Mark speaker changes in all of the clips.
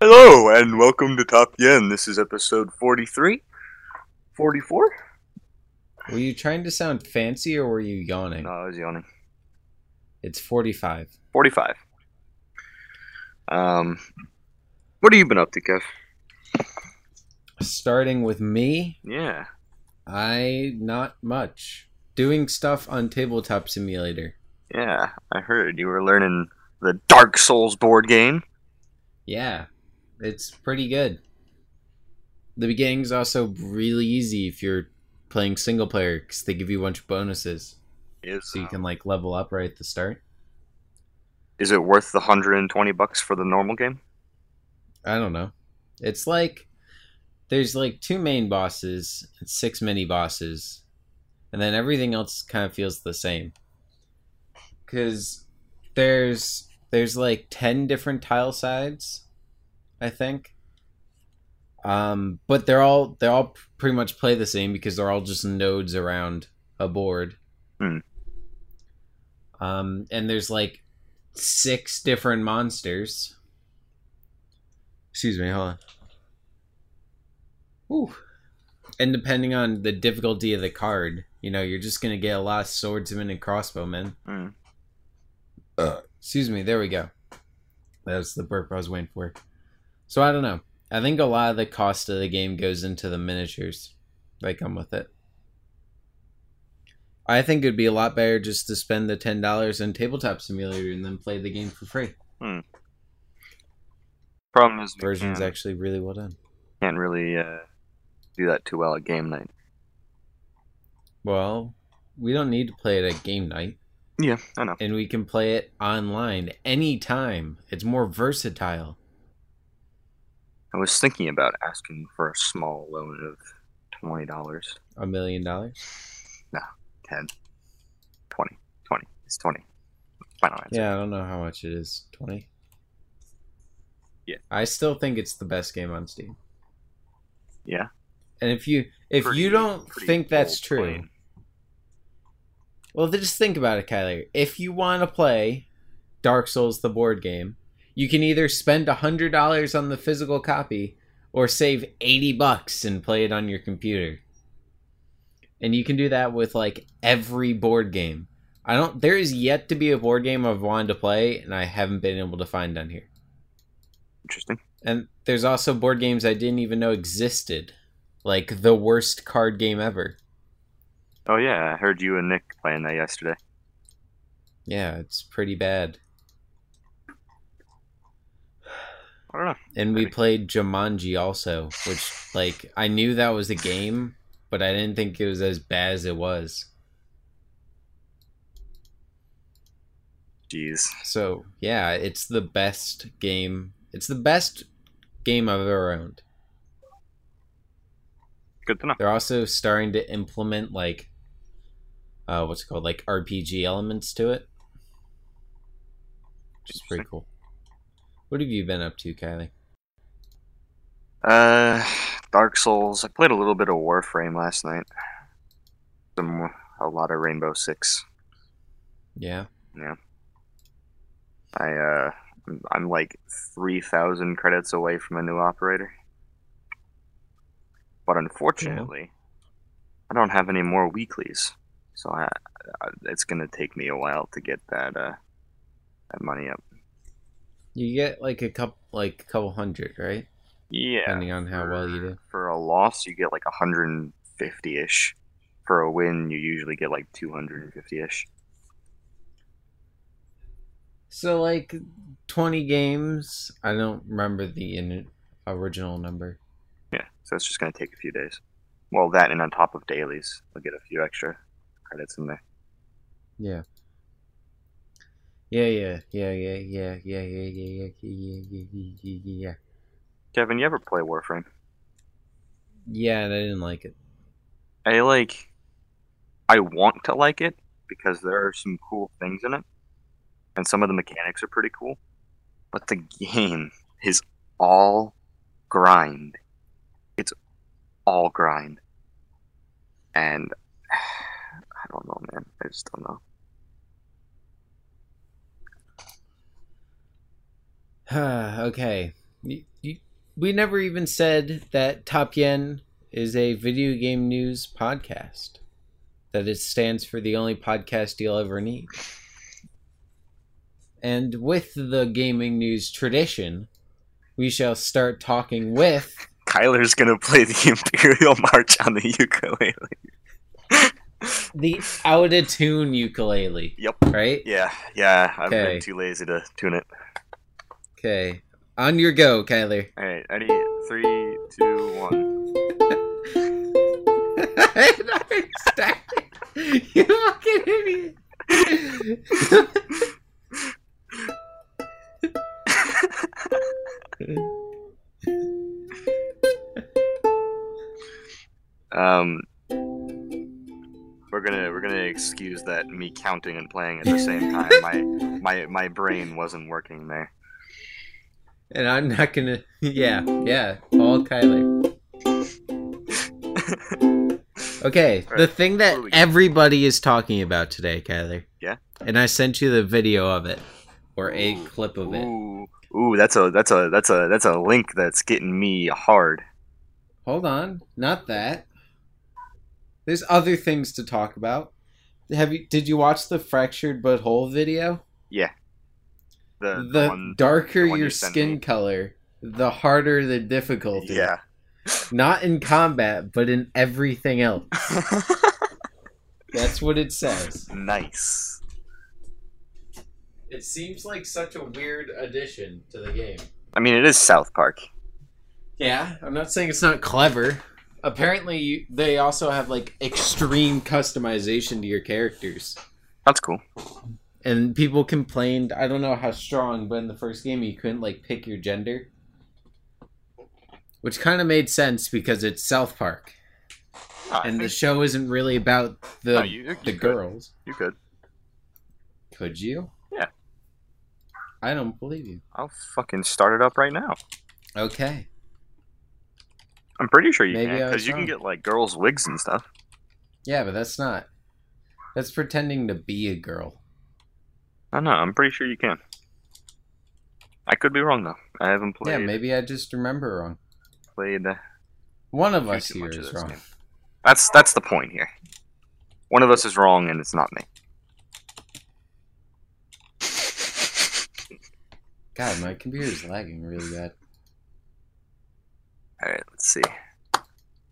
Speaker 1: Hello and welcome to Top Yen. This is episode 43. 44?
Speaker 2: Were you trying to sound fancy or were you yawning?
Speaker 1: No, I was yawning.
Speaker 2: It's 45.
Speaker 1: 45. Um, what have you been up to, Kev?
Speaker 2: Starting with me,
Speaker 1: Yeah.
Speaker 2: I not much. Doing stuff on Tabletop Simulator.
Speaker 1: Yeah, I heard you were learning the Dark Souls board game.
Speaker 2: Yeah, it's pretty good. The beginning's also really easy if you're playing single player because they give you a bunch of bonuses.
Speaker 1: Is,
Speaker 2: So you can like level up right at the start.
Speaker 1: is it worth the 120 bucks for the normal game?
Speaker 2: I don't know. It's like there's like two main bosses and six mini bosses, and then everything else kind of feels the same. Cause there's there's like ten different tile sides, I think. Um, but they're all they all pretty much play the same because they're all just nodes around a board.
Speaker 1: Hmm.
Speaker 2: Um, and there's like six different monsters. Excuse me, hold on. Ooh. And depending on the difficulty of the card, you know, you're just gonna get a lot of swordsmen and crossbowmen.
Speaker 1: Mm.
Speaker 2: Uh, excuse me, there we go. That was the burp I was waiting for. So I don't know. I think a lot of the cost of the game goes into the miniatures that come with it. I think it'd be a lot better just to spend the ten dollars on Tabletop Simulator and then play the game for free.
Speaker 1: Problem is, we
Speaker 2: Version's
Speaker 1: can't,
Speaker 2: actually really well done.
Speaker 1: can't really uh, do that too well at game night.
Speaker 2: Well, we don't need to play it at game night,
Speaker 1: Yeah, I know.
Speaker 2: and we can play it online anytime. It's more versatile.
Speaker 1: I was thinking about asking for a small loan of twenty dollars.
Speaker 2: A million dollars?
Speaker 1: 10, 20, 20. It's 20. Final answer.
Speaker 2: Yeah, I don't know how much it is. 20?
Speaker 1: Yeah.
Speaker 2: I still think it's the best game on Steam.
Speaker 1: Yeah.
Speaker 2: And if you if
Speaker 1: Pretty-
Speaker 2: you don't
Speaker 1: pretty
Speaker 2: think that's
Speaker 1: full
Speaker 2: true,
Speaker 1: plane.
Speaker 2: Well, th- just think about it, Kyler. If you want to play Dark Souls, the board game, you can either spend hundred dollars on the physical copy or save eighty bucks and play it on your computer. And you can do that with like every board game. I don't. There is yet to be a board game I've wanted to play, and I haven't been able to find on here.
Speaker 1: Interesting.
Speaker 2: And there's also board games I didn't even know existed, like the worst card game ever.
Speaker 1: Oh yeah, I heard you and Nick playing that yesterday.
Speaker 2: Yeah, it's pretty bad.
Speaker 1: I don't know.
Speaker 2: And we
Speaker 1: Maybe.
Speaker 2: played Jumanji also, which like I knew that was a game, but I didn't think it was as bad as it was.
Speaker 1: Jeez.
Speaker 2: So yeah, it's the best game. It's the best game I've ever owned.
Speaker 1: Good to know.
Speaker 2: They're also starting to implement like, uh, what's it called, like RPG elements to it, which is pretty cool. What have you been up to, Kylie?
Speaker 1: Uh, Dark Souls. I played a little bit of Warframe last night. Some a lot of Rainbow Six.
Speaker 2: Yeah,
Speaker 1: I uh, I'm, I'm like three thousand credits away from a new operator. But unfortunately, I don't have any more weeklies, so I, I it's gonna take me a while to get that uh that money up.
Speaker 2: you get like a couple, like a couple hundred, right?
Speaker 1: Yeah.
Speaker 2: Depending on how well you do.
Speaker 1: For a loss, you get like 150 ish. For a win, you usually get like 250 ish.
Speaker 2: So like 20 games. I don't remember the in- original number.
Speaker 1: Yeah. So it's just gonna take a few days. Well, that and on top of dailies, I'll get a few extra credits in there.
Speaker 2: Yeah. Yeah, yeah, yeah, yeah, yeah, yeah, yeah, yeah, yeah, yeah, yeah, yeah, yeah, yeah.
Speaker 1: Kevin, you ever play Warframe?
Speaker 2: Yeah, and I didn't like it.
Speaker 1: I like. I want to like it because there are some cool things in it, and some of the mechanics are pretty cool. But the game is all grind. It's all grind, and I don't know, man. I just don't know.
Speaker 2: okay. You, you, we never even said that Top Yen is a video game news podcast. That it stands for the only podcast you'll ever need. And with the gaming news tradition, we shall start talking with
Speaker 1: Kyler's gonna play the Imperial March on the ukulele.
Speaker 2: the out of tune ukulele.
Speaker 1: Yep.
Speaker 2: Right?
Speaker 1: Yeah, yeah. I've
Speaker 2: Okay.
Speaker 1: been too lazy to tune it.
Speaker 2: Okay. On your go, Kyler.
Speaker 1: All right, ready? Three, two, one.
Speaker 2: I started. You fucking idiot.
Speaker 1: Um, we're gonna we're gonna excuse that me counting and playing at the same time. my my my brain wasn't working there.
Speaker 2: and I'm not gonna. Yeah, yeah. All Kyler. Okay, the
Speaker 1: Alright,
Speaker 2: thing
Speaker 1: what
Speaker 2: that
Speaker 1: do we got?
Speaker 2: everybody is talking about today, Kyler.
Speaker 1: Yeah?
Speaker 2: And I sent you the video of it, or a
Speaker 1: Ooh,
Speaker 2: clip of it.
Speaker 1: Ooh, ooh, that's a that's a that's a that's a link that's getting me hard.
Speaker 2: Hold on, not that. There's other things to talk about. Have you? Did you watch the fractured butthole video?
Speaker 1: The,
Speaker 2: The,
Speaker 1: the one,
Speaker 2: darker
Speaker 1: the one
Speaker 2: your
Speaker 1: you sent
Speaker 2: skin
Speaker 1: me.
Speaker 2: color, the harder the difficulty.
Speaker 1: yeah.
Speaker 2: Not in combat, but in everything else. That's what it says.
Speaker 1: nice.
Speaker 2: It seems like such a weird addition to the game.
Speaker 1: I mean, it is South Park.
Speaker 2: Yeah, I'm not saying it's not clever. Apparently, you, they also have like extreme customization to your characters.
Speaker 1: That's cool.
Speaker 2: and people complained i don't know how strong but in the first game you couldn't like pick your gender which kind of made sense because it's south park and the show isn't really about the
Speaker 1: No, Ah, you- you
Speaker 2: the
Speaker 1: could.
Speaker 2: girls
Speaker 1: You could.
Speaker 2: could you
Speaker 1: Yeah.
Speaker 2: i don't believe you
Speaker 1: I'll fucking start it up right now.
Speaker 2: okay
Speaker 1: I'm pretty sure you
Speaker 2: Maybe I
Speaker 1: can
Speaker 2: was
Speaker 1: because you
Speaker 2: wrong.
Speaker 1: can get like girls' wigs and stuff.
Speaker 2: yeah but that's not that's pretending to be a girl
Speaker 1: I don't know. I'm pretty sure you can. I could be wrong though. I haven't played
Speaker 2: yeah maybe i just remember wrong
Speaker 1: played uh,
Speaker 2: one of
Speaker 1: too,
Speaker 2: us
Speaker 1: too
Speaker 2: here
Speaker 1: much of
Speaker 2: is
Speaker 1: this
Speaker 2: wrong
Speaker 1: game. That's that's the point here. One of us is wrong, and it's not me.
Speaker 2: god my computer's lagging really bad
Speaker 1: All right, let's see.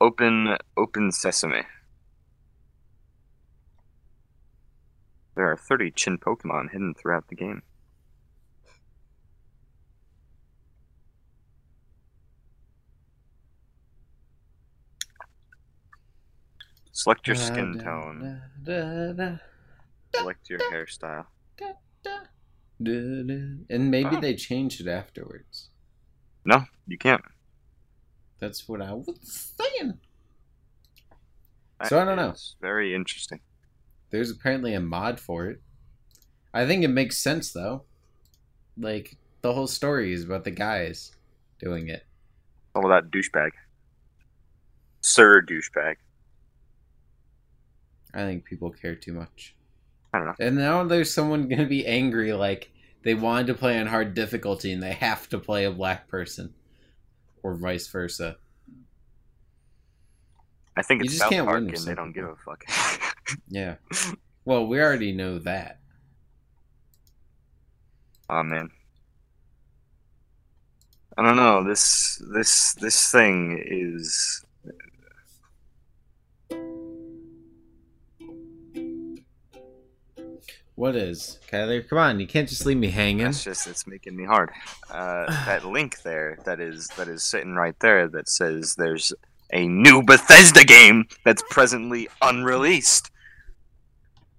Speaker 1: Open Open Sesame. There are 30 Chin Pokemon hidden throughout the game. Select your skin
Speaker 2: Da,
Speaker 1: tone.
Speaker 2: da, da, da.
Speaker 1: Select your hairstyle.
Speaker 2: And maybe
Speaker 1: Oh.
Speaker 2: they changed it afterwards.
Speaker 1: No, you can't.
Speaker 2: That's what I was saying. So I don't know.
Speaker 1: It's very interesting.
Speaker 2: There's apparently a mod for it. I think it makes sense though. Like the whole story is about the guys doing it.
Speaker 1: All about douchebag. Sir douchebag.
Speaker 2: I think people care too much.
Speaker 1: I don't know.
Speaker 2: And now there's someone gonna be angry like they wanted to play on hard difficulty and they have to play a black person. Or vice versa.
Speaker 1: I think
Speaker 2: You
Speaker 1: it's
Speaker 2: just
Speaker 1: South
Speaker 2: can't
Speaker 1: Park
Speaker 2: win
Speaker 1: and
Speaker 2: with
Speaker 1: they
Speaker 2: some
Speaker 1: don't give
Speaker 2: people.
Speaker 1: a fuck.
Speaker 2: Yeah. Well, we already know that.
Speaker 1: oh man. I don't know. This this this thing is
Speaker 2: What is? Kyler, come on, you can't just leave me hanging.
Speaker 1: it's just it's making me hard. Uh, that link there that is that is sitting right there that says there's a new Bethesda game that's presently unreleased.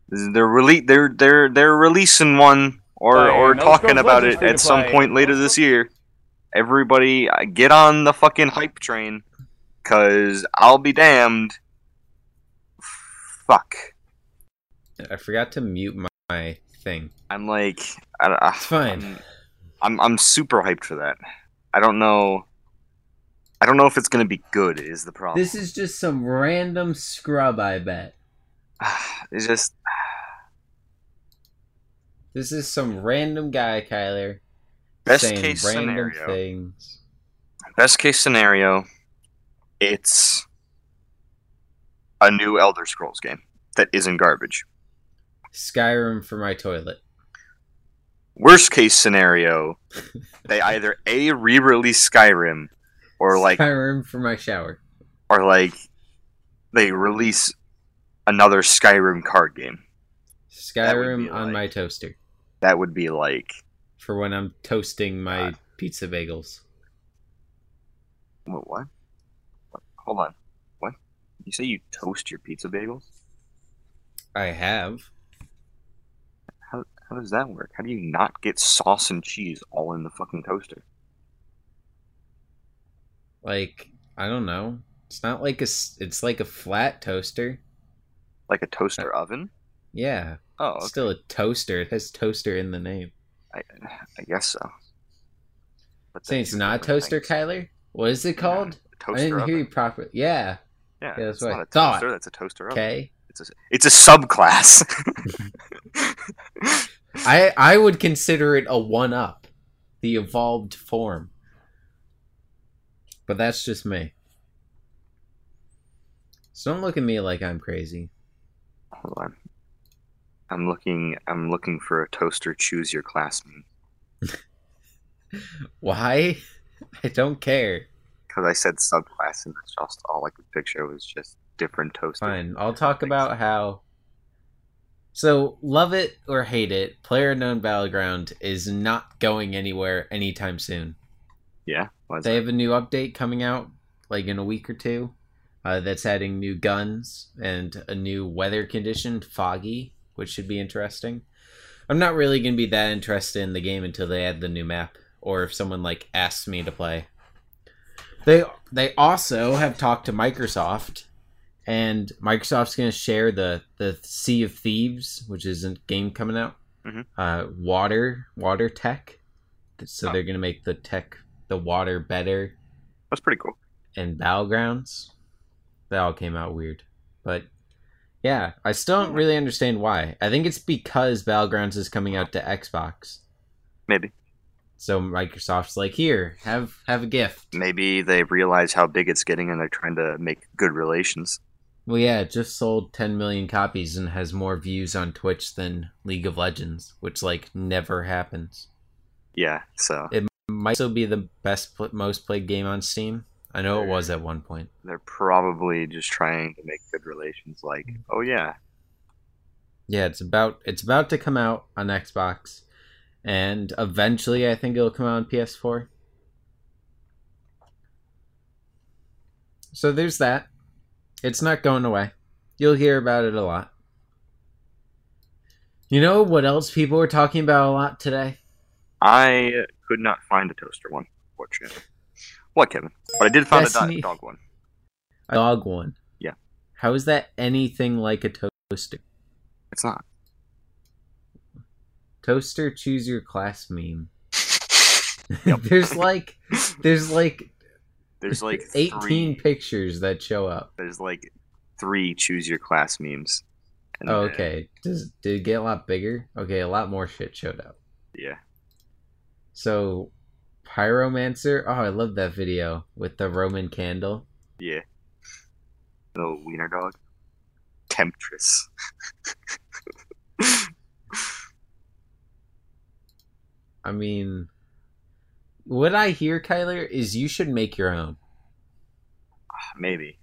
Speaker 1: They're rele- they're they're they're releasing one or
Speaker 3: Fire.
Speaker 1: or
Speaker 3: No
Speaker 1: talking
Speaker 3: Scrolls
Speaker 1: about
Speaker 3: Legends
Speaker 1: it
Speaker 3: free to
Speaker 1: at some
Speaker 3: play.
Speaker 1: point later this year. Everybody uh, get on the fucking hype train cuz I'll be damned. Fuck.
Speaker 2: I forgot to mute my, my thing.
Speaker 1: I'm like I uh, don't,
Speaker 2: It's fine.
Speaker 1: I'm, Um, I'm I'm super hyped for that. I don't know. I don't know if it's gonna be good. Is the problem?
Speaker 2: This is just some random scrub, I bet.
Speaker 1: it's just
Speaker 2: This is some random guy, Kyler.
Speaker 1: Best
Speaker 2: saying
Speaker 1: case
Speaker 2: random
Speaker 1: scenario.
Speaker 2: things.
Speaker 1: Best case scenario, it's a new Elder Scrolls game that isn't garbage.
Speaker 2: Skyrim for my toilet.
Speaker 1: Worst case scenario, they either a re-release Skyrim, or like
Speaker 2: Skyrim for my shower.
Speaker 1: or like they release another Skyrim card game.
Speaker 2: Skyrim
Speaker 1: be
Speaker 2: on
Speaker 1: like-
Speaker 2: my toaster
Speaker 1: That would be like
Speaker 2: for when I'm toasting my pizza bagels.
Speaker 1: what? what? What? Hold on. What? You say you toast your pizza bagels?
Speaker 2: I have.
Speaker 1: How does that work? How do you not get sauce and cheese all in the fucking toaster?
Speaker 2: Like, I don't know. It's not like a s- it's like a flat toaster.
Speaker 1: Like a toaster
Speaker 2: Uh,
Speaker 1: oven?
Speaker 2: Yeah.
Speaker 1: Oh,
Speaker 2: it's
Speaker 1: okay.
Speaker 2: Still a toaster. It has toaster in the name.
Speaker 1: I, I guess so. But
Speaker 2: Saying
Speaker 1: that's
Speaker 2: it's not a
Speaker 1: different
Speaker 2: toaster,
Speaker 1: things.
Speaker 2: Kyler? What is it
Speaker 1: Yeah,
Speaker 2: called?
Speaker 1: a toaster
Speaker 2: I didn't
Speaker 1: oven.
Speaker 2: hear you properly. Yeah.
Speaker 1: Yeah,
Speaker 2: Yeah, that's
Speaker 1: that's
Speaker 2: what
Speaker 1: not
Speaker 2: I
Speaker 1: a
Speaker 2: thought.
Speaker 1: toaster. That's a toaster oven.
Speaker 2: Okay.
Speaker 1: It's a it's a subclass.
Speaker 2: I I would consider it a one up, the evolved form. But that's just me. So don't look at me like I'm crazy.
Speaker 1: Hold on. I'm looking. I'm looking for a toaster. Choose your class
Speaker 2: Why? I don't care.
Speaker 1: because I said subclass, and that's just all I could picture was just different toaster.
Speaker 2: Fine. I'll talk about how. So, love it or hate it, Player Known Battleground is not going anywhere anytime soon.
Speaker 1: Yeah. Why is
Speaker 2: They
Speaker 1: that?
Speaker 2: have a new update coming out like in a week or two uh, that's adding new guns and a new weather condition, foggy, which should be interesting. I'm not really going to be that interested in the game until they add the new map or if someone like asks me to play. They they also have talked to Microsoft and Microsoft's going to share the the Sea of Thieves, which is a game coming out.
Speaker 1: Mhm.
Speaker 2: Uh, water, water tech. So
Speaker 1: Oh.
Speaker 2: they're going to make the tech the water better
Speaker 1: That's pretty cool.
Speaker 2: and battlegrounds that all came out weird but yeah i still don't really understand why i think it's because battlegrounds is coming out to xbox
Speaker 1: Maybe.
Speaker 2: so microsoft's like here have have a gift
Speaker 1: Maybe they realize how big it's getting, and they're trying to make good relations.
Speaker 2: well yeah it just sold 10 million copies and has more views on twitch than league of legends which like never happens
Speaker 1: Yeah. So
Speaker 2: might still be the best pl- most played game on steam i know it was at one point
Speaker 1: they're probably just trying to make good relations. Like, oh yeah,
Speaker 2: Yeah, it's about it's about to come out on Xbox, and eventually I think it'll come out on PS4. So there's that. It's not going away. You'll hear about it a lot. You know what else people were talking about a lot today?
Speaker 1: I could not find a toaster one. Fortunately. What, Kevin? But I did find a
Speaker 2: Destiny.
Speaker 1: do- dog one.
Speaker 2: A dog one.
Speaker 1: Yeah.
Speaker 2: How is that anything like a toaster?
Speaker 1: It's not.
Speaker 2: Toaster choose your class meme.
Speaker 1: Yep.
Speaker 2: there's like there's like
Speaker 1: There's like
Speaker 2: 18
Speaker 1: three,
Speaker 2: pictures that show up.
Speaker 1: There's like three choose your class memes. And,
Speaker 2: Oh,
Speaker 1: uh,
Speaker 2: okay. Does did it get a lot bigger? Okay, a lot more shit showed up.
Speaker 1: Yeah.
Speaker 2: So Pyromancer, oh I love that video with the Roman candle.
Speaker 1: Yeah. The wiener dog. Temptress.
Speaker 2: I mean what I hear, Kyler, is you should make your own.
Speaker 1: Maybe.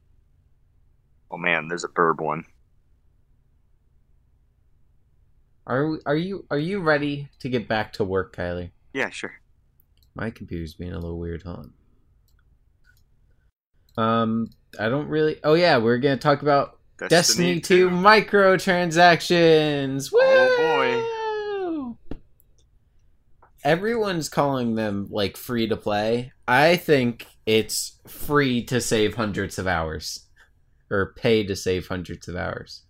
Speaker 1: Oh man, there's a burb one.
Speaker 2: Are are you are you ready to get back to work, Kyler?
Speaker 1: Yeah, sure.
Speaker 2: My computer's being a little weird, hold on. Um I don't really Oh yeah, we're gonna talk about Destiny, 2 microtransactions. Woo!
Speaker 1: Oh,
Speaker 2: boy. Everyone's calling them like free to play. I think it's free to save hundreds of hours or pay to save hundreds of hours.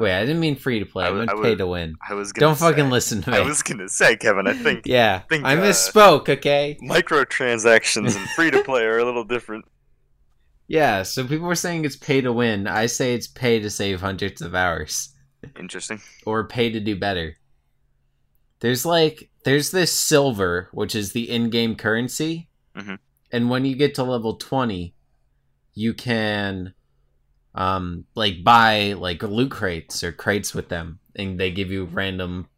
Speaker 2: Wait, I didn't mean free to play.
Speaker 1: I
Speaker 2: I
Speaker 1: would-
Speaker 2: meant
Speaker 1: I would-
Speaker 2: pay to win.
Speaker 1: I was gonna
Speaker 2: Don't fucking
Speaker 1: say-
Speaker 2: listen to me.
Speaker 1: I was gonna say, Kevin, I think
Speaker 2: yeah,
Speaker 1: think,
Speaker 2: I
Speaker 1: uh,
Speaker 2: misspoke, okay?
Speaker 1: microtransactions and free to play are a little different.
Speaker 2: Yeah, so people were saying it's pay to win. I say it's pay to save hundreds of hours.
Speaker 1: Interesting.
Speaker 2: or pay to do better. There's like there's this silver, which is the in-game currency,
Speaker 1: Mhm.
Speaker 2: and when you get to level 20 you can um like buy like loot crates or crates with them and they give you random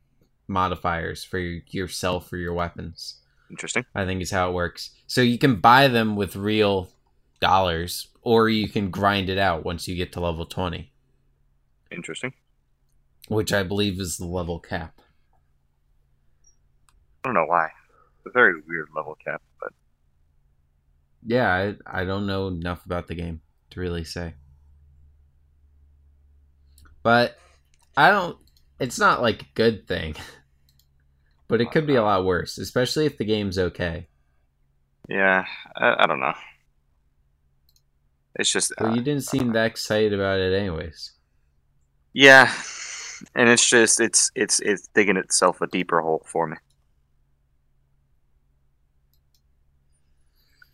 Speaker 2: modifiers for your- yourself or your weapons
Speaker 1: Interesting.
Speaker 2: i think is how it works so you can buy them with real dollars or you can grind it out once you get to level 20
Speaker 1: Interesting.
Speaker 2: which i believe is the level cap
Speaker 1: I don't know why. It's a very weird level cap, but
Speaker 2: yeah I, I don't know enough about the game to really say but i don't it's not like a good thing but it could be a lot worse especially if the game's okay
Speaker 1: yeah, I, I don't know. It's just uh,
Speaker 2: well you didn't seem that excited about it anyways
Speaker 1: Yeah, and it's just it's it's it's digging itself a deeper hole for me.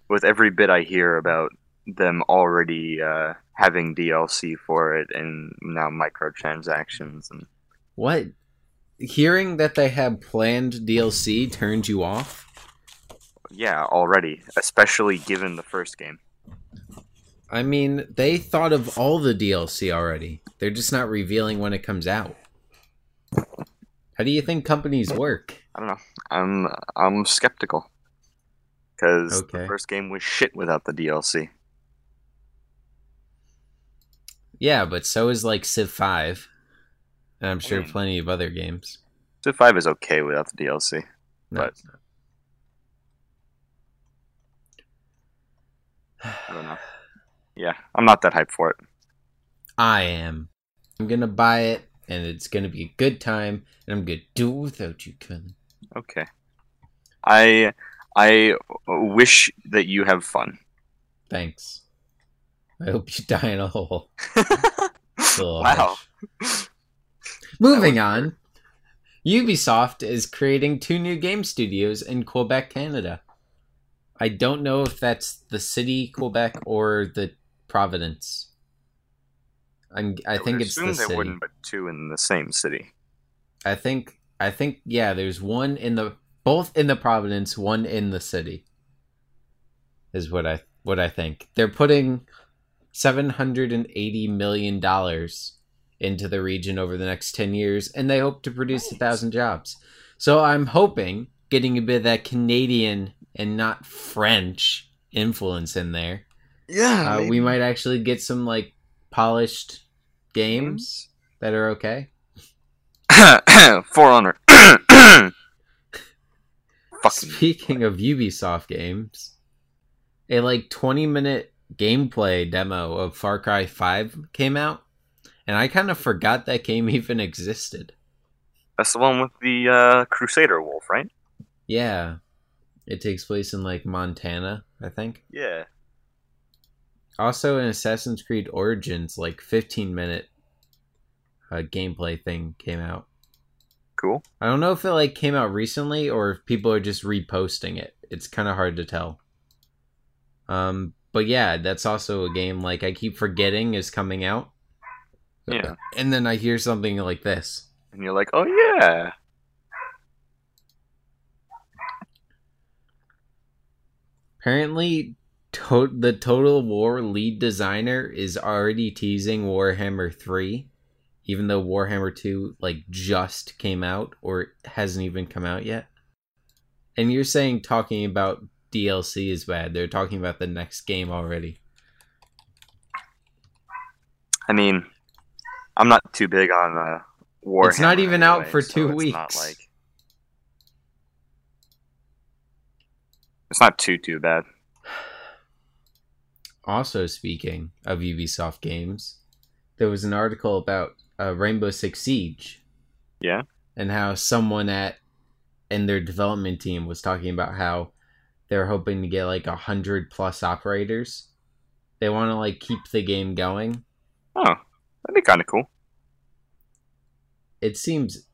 Speaker 1: With every bit I hear about them already uh, having DLC for it, and now microtransactions, and
Speaker 2: what hearing that they have planned dlc turned you off
Speaker 1: yeah, already, especially given the first game.
Speaker 2: i mean they thought of all the dlc already they're just not revealing when it comes out how do you think companies work
Speaker 1: I don't know. I'm I'm skeptical because
Speaker 2: Okay.
Speaker 1: the first game was shit without the DLC.
Speaker 2: Yeah, but so is like Civ Five, and I'm sure
Speaker 1: Mm.
Speaker 2: plenty of other games.
Speaker 1: Civ Five is okay without the DLC.
Speaker 2: No,
Speaker 1: But-
Speaker 2: it's not.
Speaker 1: I don't know. Yeah, I'm not that hyped for it.
Speaker 2: I am. I'm gonna buy it, and it's gonna be a good time, and I'm gonna do it without you, Colin.
Speaker 1: Okay. I I wish that you have fun.
Speaker 2: Thanks. I hope you die in a hole. Little
Speaker 1: wow.
Speaker 2: harsh. Moving on. Ubisoft is creating two new game studios in Quebec, Canada. I don't know if that's the city Quebec or the Providence. I'm, I
Speaker 1: would
Speaker 2: think it's
Speaker 1: assume
Speaker 2: the
Speaker 1: they
Speaker 2: city.
Speaker 1: wouldn't but two in the same city.
Speaker 2: I think I think yeah, there's one in the both in the Providence, one in the city. Is what I what I think. They're putting seven hundred and eighty million dollars into the region over the next ten years, and they hope to produce a
Speaker 1: Nice.
Speaker 2: thousand jobs. So I'm hoping getting a bit of that Canadian and not French influence in there.
Speaker 1: Yeah.
Speaker 2: Uh, we might actually get some like polished games that are okay.
Speaker 1: For honor. Fucking
Speaker 2: Speaking of Ubisoft games, a like 20 minute gameplay demo of Far Cry 5 came out, and I kind of forgot that game even existed.
Speaker 1: that's the one with the uh, Crusader wolf, right?
Speaker 2: Yeah. It takes place in like Montana, I think.
Speaker 1: Yeah.
Speaker 2: Also, in Assassin's Creed Origins, like 15 minute uh, gameplay thing came out.
Speaker 1: Cool.
Speaker 2: I don't know if it like came out recently or if people are just reposting it. It's kind of hard to tell. Um, but yeah, that's also a game like I keep forgetting is coming out.
Speaker 1: Yeah.
Speaker 2: And then I hear something like this.
Speaker 1: And you're like, oh yeah.
Speaker 2: Apparently, to- the Total War lead designer is already teasing Warhammer 3, even though Warhammer 2 like just came out or hasn't even come out yet. And you're saying talking about DLC is bad. They're talking about the next game already.
Speaker 1: I mean, I'm not too big on uh, Warhammer.
Speaker 2: It's not even out
Speaker 1: anyway,
Speaker 2: for
Speaker 1: so
Speaker 2: two
Speaker 1: it's not
Speaker 2: weeks.
Speaker 1: like- It's not too too bad.
Speaker 2: Also, speaking of Ubisoft games, there was an article about uh, Rainbow Six Siege.
Speaker 1: Yeah.
Speaker 2: And how someone at in their development team was talking about how they're hoping to get like a hundred plus operators. They want to like keep the game going.
Speaker 1: Oh, that'd be kind of cool.
Speaker 2: It seems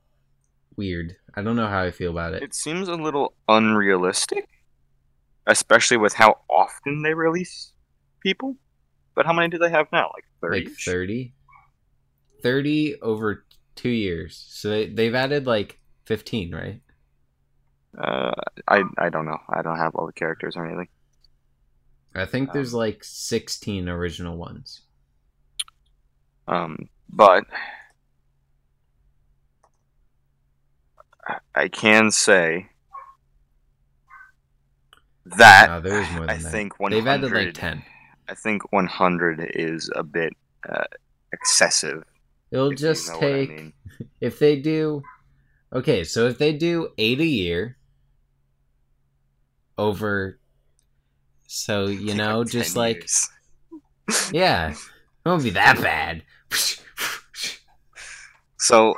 Speaker 2: weird. I don't know how I feel about it.
Speaker 1: It seems a little unrealistic, especially with how often they release people. But how many do they have now? Like thirty.
Speaker 2: like 30 30 over two years so they, they've added like 15 right
Speaker 1: Uh, I I don't know. I don't have all the characters or anything.
Speaker 2: I think there's like 16 original ones.
Speaker 1: Um, but I can say that
Speaker 2: No, there is more than
Speaker 1: I
Speaker 2: that.
Speaker 1: think 100
Speaker 2: They've added like 10.
Speaker 1: I think 100 is a bit uh, excessive.
Speaker 2: It'll
Speaker 1: if you
Speaker 2: just
Speaker 1: know what I
Speaker 2: take
Speaker 1: mean.
Speaker 2: if they do okay so if they do eight a year over so you
Speaker 1: Take,
Speaker 2: know
Speaker 1: like,
Speaker 2: just
Speaker 1: 10
Speaker 2: like
Speaker 1: years.
Speaker 2: yeah it won't be that bad
Speaker 1: So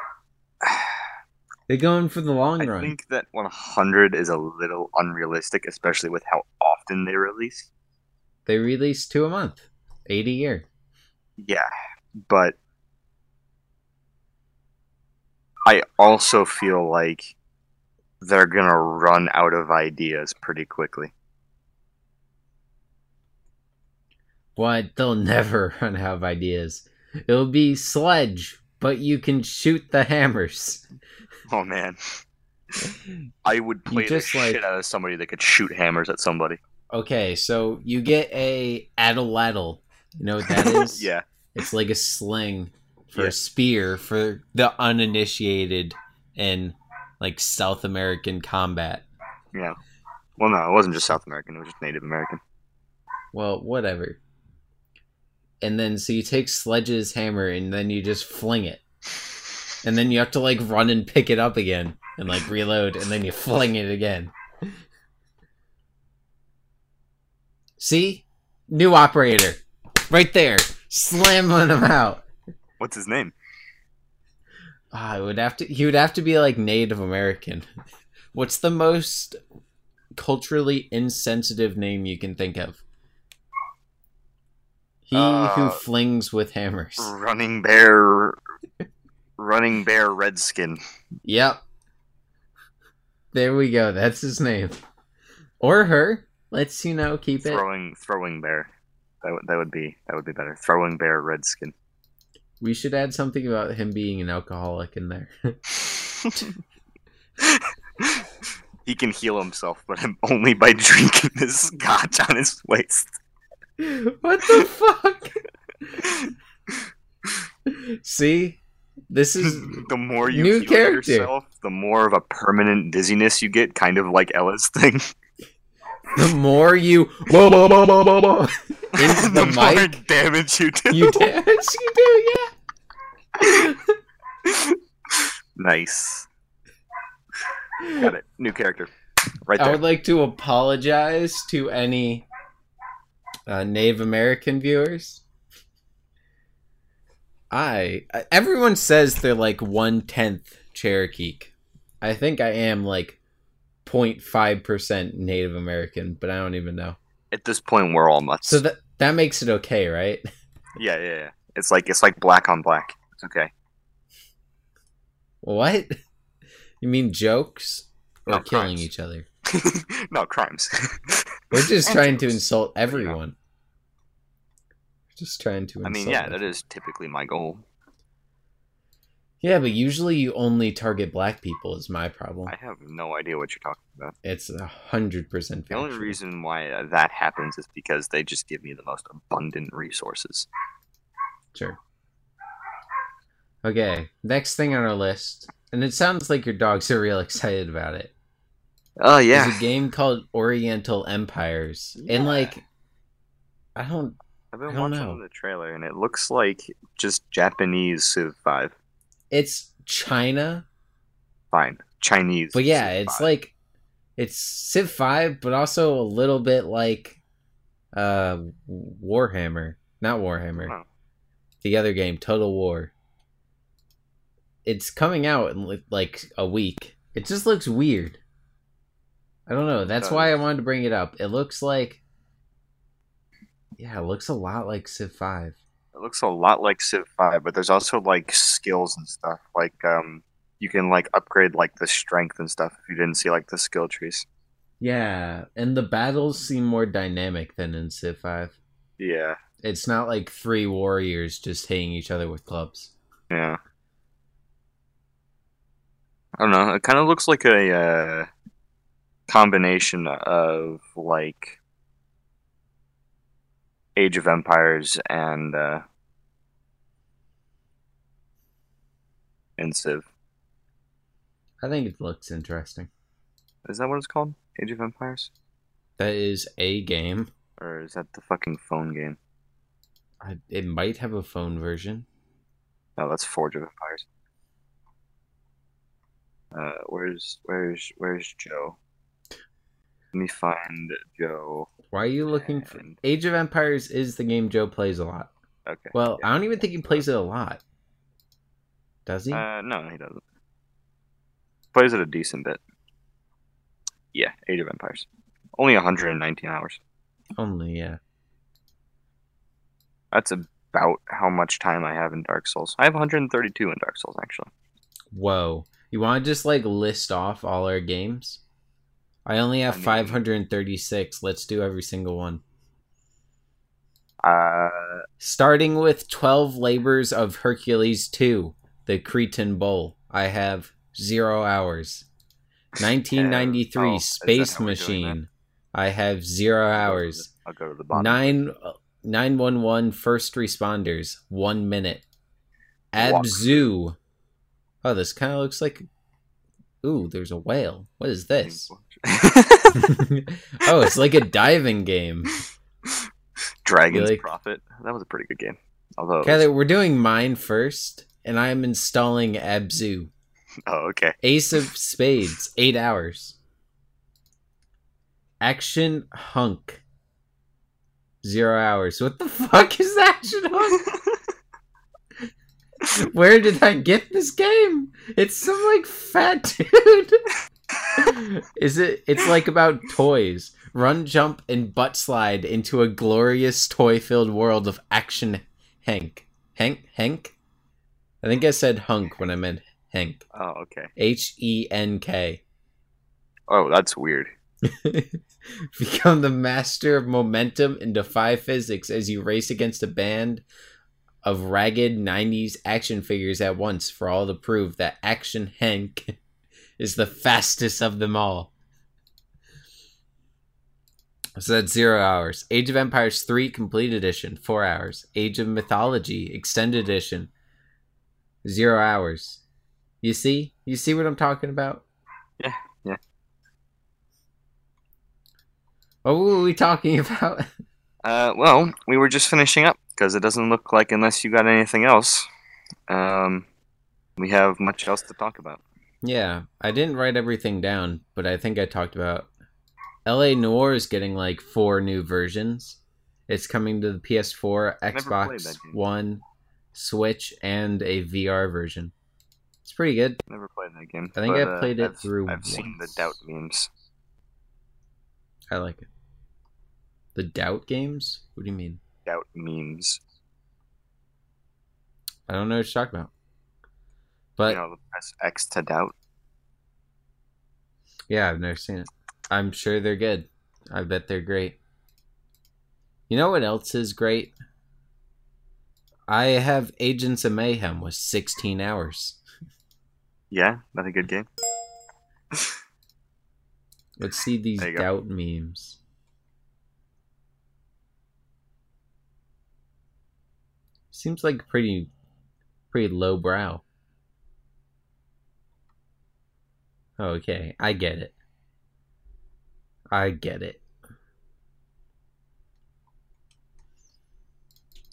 Speaker 2: they're going for the long
Speaker 1: I
Speaker 2: run
Speaker 1: think that 100 is a little unrealistic, especially with how often they release.
Speaker 2: they release two a month eight a year
Speaker 1: Yeah, but I also feel like they're gonna run out of ideas pretty quickly.
Speaker 2: what they'll never run out of ideas it'll be sledge but you can shoot the hammers
Speaker 1: Oh man, I would play the
Speaker 2: just, like-
Speaker 1: shit out of somebody that could shoot hammers at somebody.
Speaker 2: okay so you get a addle you know what that is
Speaker 1: yeah,
Speaker 2: It's like a sling for
Speaker 1: Yeah.
Speaker 2: a spear for the uninitiated in like South American combat.
Speaker 1: yeah. Well, no, it wasn't just South American; it was just Native American.
Speaker 2: Well, whatever. And then so you take Sledge's hammer and then you just fling it. And then you have to like run and pick it up again and like reload and then you fling it again. See? New operator. Right there. Slamming them out.
Speaker 1: What's his name?
Speaker 2: Ah, it would have to. He would have to be like Native American. What's the most culturally insensitive name you can think of? He who
Speaker 1: Uh, mm.
Speaker 2: flings with hammers.
Speaker 1: Running Bear, Running Bear Redskin.
Speaker 2: Yep. There we go. That's his name, or her. Let's you know keep it.
Speaker 1: throwing throwing bear. That would that would be that would be better. Throwing bear redskin.
Speaker 2: We should add something about him being an alcoholic in there.
Speaker 1: he can heal himself, but only by drinking this scotch on his waist.
Speaker 2: what the fuck? See, this is
Speaker 1: the more you
Speaker 2: New
Speaker 1: heal
Speaker 2: character.
Speaker 1: yourself, the more of a permanent dizziness you get, kind of like Ella's thing.
Speaker 2: the more you blah, blah, blah, blah, blah, blah, into the,
Speaker 1: more
Speaker 2: mic
Speaker 1: damage you do.
Speaker 2: you damage you do yeah
Speaker 1: nice. Got it. New character. Right
Speaker 2: i
Speaker 1: there.
Speaker 2: would like to apologize to any uh, native american viewers i everyone says they're like one tenth cherokee i think i am like 0.5% native american but i don't even know
Speaker 1: At this point, we're all nuts.
Speaker 2: so that that makes it okay right
Speaker 1: yeah, yeah, yeah. It's like it's like black on black. It's okay.
Speaker 2: what you mean jokes or
Speaker 1: No,
Speaker 2: killing
Speaker 1: crimes.
Speaker 2: each other
Speaker 1: no crimes.
Speaker 2: We're just
Speaker 1: And
Speaker 2: trying to
Speaker 1: jokes.
Speaker 2: insult everyone. We're just trying to
Speaker 1: I
Speaker 2: insult.
Speaker 1: mean, yeah, that
Speaker 2: everyone.
Speaker 1: is typically my goal.
Speaker 2: Yeah, but usually you only target black people. Is my problem.
Speaker 1: I have no idea what you're talking about.
Speaker 2: It's a hundred percent.
Speaker 1: The only
Speaker 2: factual.
Speaker 1: reason why uh, that happens is because they just give me the most abundant resources.
Speaker 2: Sure. Okay, next thing on our list, and it sounds like your dogs are real excited about it.
Speaker 1: Oh
Speaker 2: There's
Speaker 1: yeah,
Speaker 2: a game called Oriental Empires,
Speaker 1: Yeah.
Speaker 2: and like, I don't.
Speaker 1: I've
Speaker 2: I
Speaker 1: been
Speaker 2: don't
Speaker 1: watching
Speaker 2: know.
Speaker 1: the trailer and it looks like just Japanese Civ Five.
Speaker 2: It's China,
Speaker 1: Fine, Chinese.
Speaker 2: But yeah,
Speaker 1: Civ
Speaker 2: it's
Speaker 1: 5.
Speaker 2: like it's Civ Five, but also a little bit like uh Warhammer, not Warhammer.
Speaker 1: Oh.
Speaker 2: The other game, Total War. It's coming out in li- like a week. It just looks weird. I don't know. That's why I wanted to bring it up. It looks like yeah, it looks a lot like Civ Five.
Speaker 1: it looks a lot like Civ Five, but there's also like skills and stuff. Like um, you can like upgrade like the strength and stuff if you didn't see like the skill trees.
Speaker 2: Yeah, and the battles seem more dynamic than in Civ Five.
Speaker 1: Yeah,
Speaker 2: It's not like three warriors just hitting each other with clubs.
Speaker 1: Yeah. I don't know. It kind of looks like a uh, combination of like Age of Empires and uh, and Civ.
Speaker 2: I think it looks interesting.
Speaker 1: Is that what it's called? Age of Empires,
Speaker 2: That is a game.
Speaker 1: or is that the fucking phone game?
Speaker 2: I, it might have a phone version.
Speaker 1: No, that's Forge of Empires. Uh, where's where's where's Joe? Let me find Joe.
Speaker 2: Why are you looking for
Speaker 1: and-
Speaker 2: Age of Empires is the game Joe plays a lot.
Speaker 1: Okay.
Speaker 2: Well,
Speaker 1: yeah.
Speaker 2: I don't even think he plays it a lot. Does he?
Speaker 1: Uh, no, he doesn't. Plays it a decent bit. Yeah, Age of Empires. Only 119 hours.
Speaker 2: Only yeah.
Speaker 1: That's about how much time I have in Dark Souls. I have 132 in Dark Souls, actually.
Speaker 2: Whoa. You want to just like list off all our games? I only have
Speaker 1: I mean-
Speaker 2: 536. Let's do every single one.
Speaker 1: Uh,
Speaker 2: Starting with 12 Labors of Hercules 2, the Cretan Bowl. I have 0 hours. 1993
Speaker 1: Oh, is that
Speaker 2: Space
Speaker 1: how we're doing that?
Speaker 2: Machine. I have 0 hours.
Speaker 1: I'll go to the bottom.
Speaker 2: Nine nine one one first responders, one minute.
Speaker 1: Walk.
Speaker 2: Abzu. Oh, this kind of looks like. Ooh, there's a whale. What is this? oh, it's like a diving game.
Speaker 1: Dragon's
Speaker 2: Like-
Speaker 1: Prophet. That was a pretty good game. Although,
Speaker 2: Okay, we're doing mine first, and I'm installing Abzu.
Speaker 1: oh, okay.
Speaker 2: Ace of Spades, eight hours. Action Hunk, zero hours. What the fuck is Action Hunk? Where did I get this game? It's some like fat dude. Is it? It's like about toys. Run, jump, and butt slide into a glorious toy-filled world of action. Hank, Hank, Hank. I think I said hunk when I meant Hank.
Speaker 1: oh, okay.
Speaker 2: H E N K.
Speaker 1: Oh, that's weird.
Speaker 2: Become the master of momentum and defy physics as you race against a band of ragged 90s action figures at once for all to prove that Action Hank is the fastest of them all. So that's zero hours. Age of Empires 3 Complete Edition, four hours. Age of Mythology Extended Edition, zero hours. You see? You see what I'm talking about?
Speaker 1: Yeah, yeah.
Speaker 2: What were we talking about?
Speaker 1: Uh, well, we were just finishing up because it doesn't look like unless you got anything else, um, we have much else to talk about.
Speaker 2: Yeah, I didn't write everything down, but I think I talked about LA Noir is getting like four new versions. It's coming to the PS4,
Speaker 1: never played
Speaker 2: Xbox
Speaker 1: that game.
Speaker 2: One, Switch, and a VR version. It's pretty good.
Speaker 1: Never played that game.
Speaker 2: I think
Speaker 1: but,
Speaker 2: I
Speaker 1: uh,
Speaker 2: played it
Speaker 1: I've-
Speaker 2: through
Speaker 1: I've seen the
Speaker 2: once.
Speaker 1: doubt memes.
Speaker 2: I like it. The Doubt games? What do you mean?
Speaker 1: Doubt memes.
Speaker 2: I don't know what you're talking about. But
Speaker 1: you know, press X to doubt.
Speaker 2: Yeah, I've never seen it. I'm sure they're good. I bet they're great. You know what else is great? I have Agents of Mayhem with 16 hours.
Speaker 1: Yeah, not a good game.
Speaker 2: Let's see these
Speaker 1: There you go.
Speaker 2: doubt memes. Seems like pretty pretty low brow. Okay, I get it. I get it.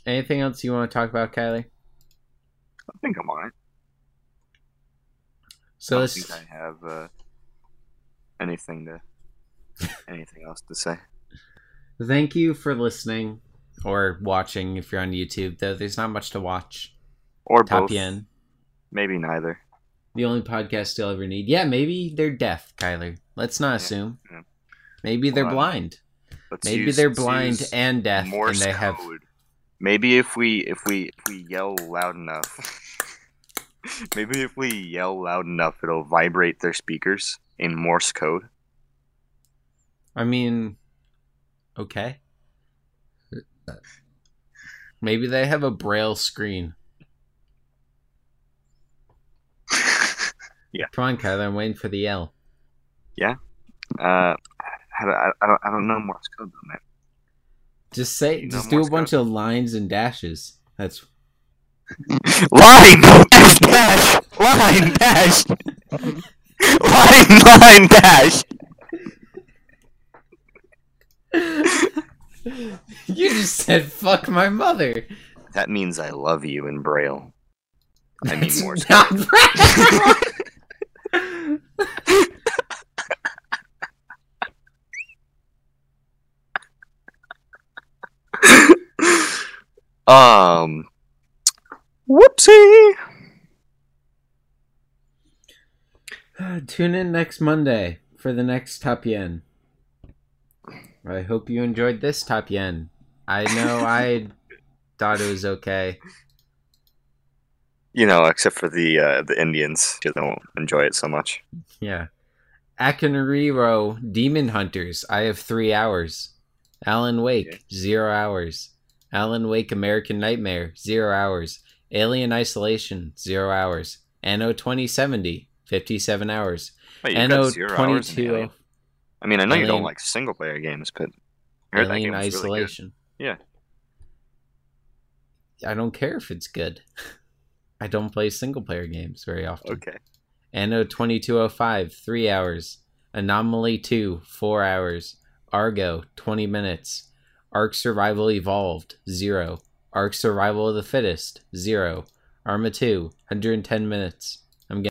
Speaker 2: Anything else you want to talk about, Kylie?
Speaker 1: I think I'm on it. I
Speaker 2: So
Speaker 1: don't
Speaker 2: let's
Speaker 1: think I have uh, anything to anything else to say.
Speaker 2: Thank you for listening or watching if you're on YouTube, though there's not much to watch.
Speaker 1: Or
Speaker 2: Top
Speaker 1: both.
Speaker 2: Yen.
Speaker 1: Maybe neither.
Speaker 2: The only podcast you'll ever need. Yeah, maybe they're deaf, Kyler. Let's not
Speaker 1: Yeah,
Speaker 2: assume.
Speaker 1: yeah.
Speaker 2: Maybe they're
Speaker 1: Well,
Speaker 2: blind.
Speaker 1: Let's
Speaker 2: Maybe
Speaker 1: use-
Speaker 2: they're
Speaker 1: let's
Speaker 2: blind
Speaker 1: use
Speaker 2: and deaf,
Speaker 1: Morse
Speaker 2: and they have.
Speaker 1: code. Maybe if we if we if we yell loud enough. Maybe if we yell loud enough, it'll vibrate their speakers in Morse code.
Speaker 2: I mean, okay. Maybe they have a braille screen. Come on, Kyler. I'm waiting for the L.
Speaker 1: Uh, I, I, I don't I don't know Morse code though, man.
Speaker 2: Just say,
Speaker 1: You know
Speaker 2: just do a
Speaker 1: Morse
Speaker 2: bunch of lines and dashes. That's
Speaker 1: Line, dash, dash, line, dash, line, line, dash.
Speaker 2: you just said "fuck my mother."
Speaker 1: That means I love you in Braille. I mean
Speaker 2: That's
Speaker 1: Morse
Speaker 2: not right.
Speaker 1: um, whoopsie.
Speaker 2: Tune in next Monday for the next Top Yen. I hope you enjoyed this Top Yen. I know I thought it was okay.
Speaker 1: You know, except for the uh, the Indians, they don't enjoy it so much.
Speaker 2: Yeah. Akinriro Demon Hunters. I have three hours. Alan Wake,
Speaker 1: Okay.
Speaker 2: zero hours. Alan Wake American Nightmare, zero hours. Alien Isolation, zero hours. Anno 2070, 57 hours.
Speaker 1: Wait, you've
Speaker 2: Anno
Speaker 1: got zero hours in Alien.
Speaker 2: 22,
Speaker 1: I mean, I know you
Speaker 2: Alien-
Speaker 1: don't like single player games, but I heard that game
Speaker 2: Alien
Speaker 1: was really good.
Speaker 2: Isolation.
Speaker 1: Yeah.
Speaker 2: I don't care if it's good. I don't play single player games very often.
Speaker 1: Okay.
Speaker 2: Anno 2205, 3 hours. Anomaly 2, 4 hours. Argo, 20 minutes. Ark Survival Evolved, 0. Ark Survival of the Fittest, 0. Arma 2, 110 minutes.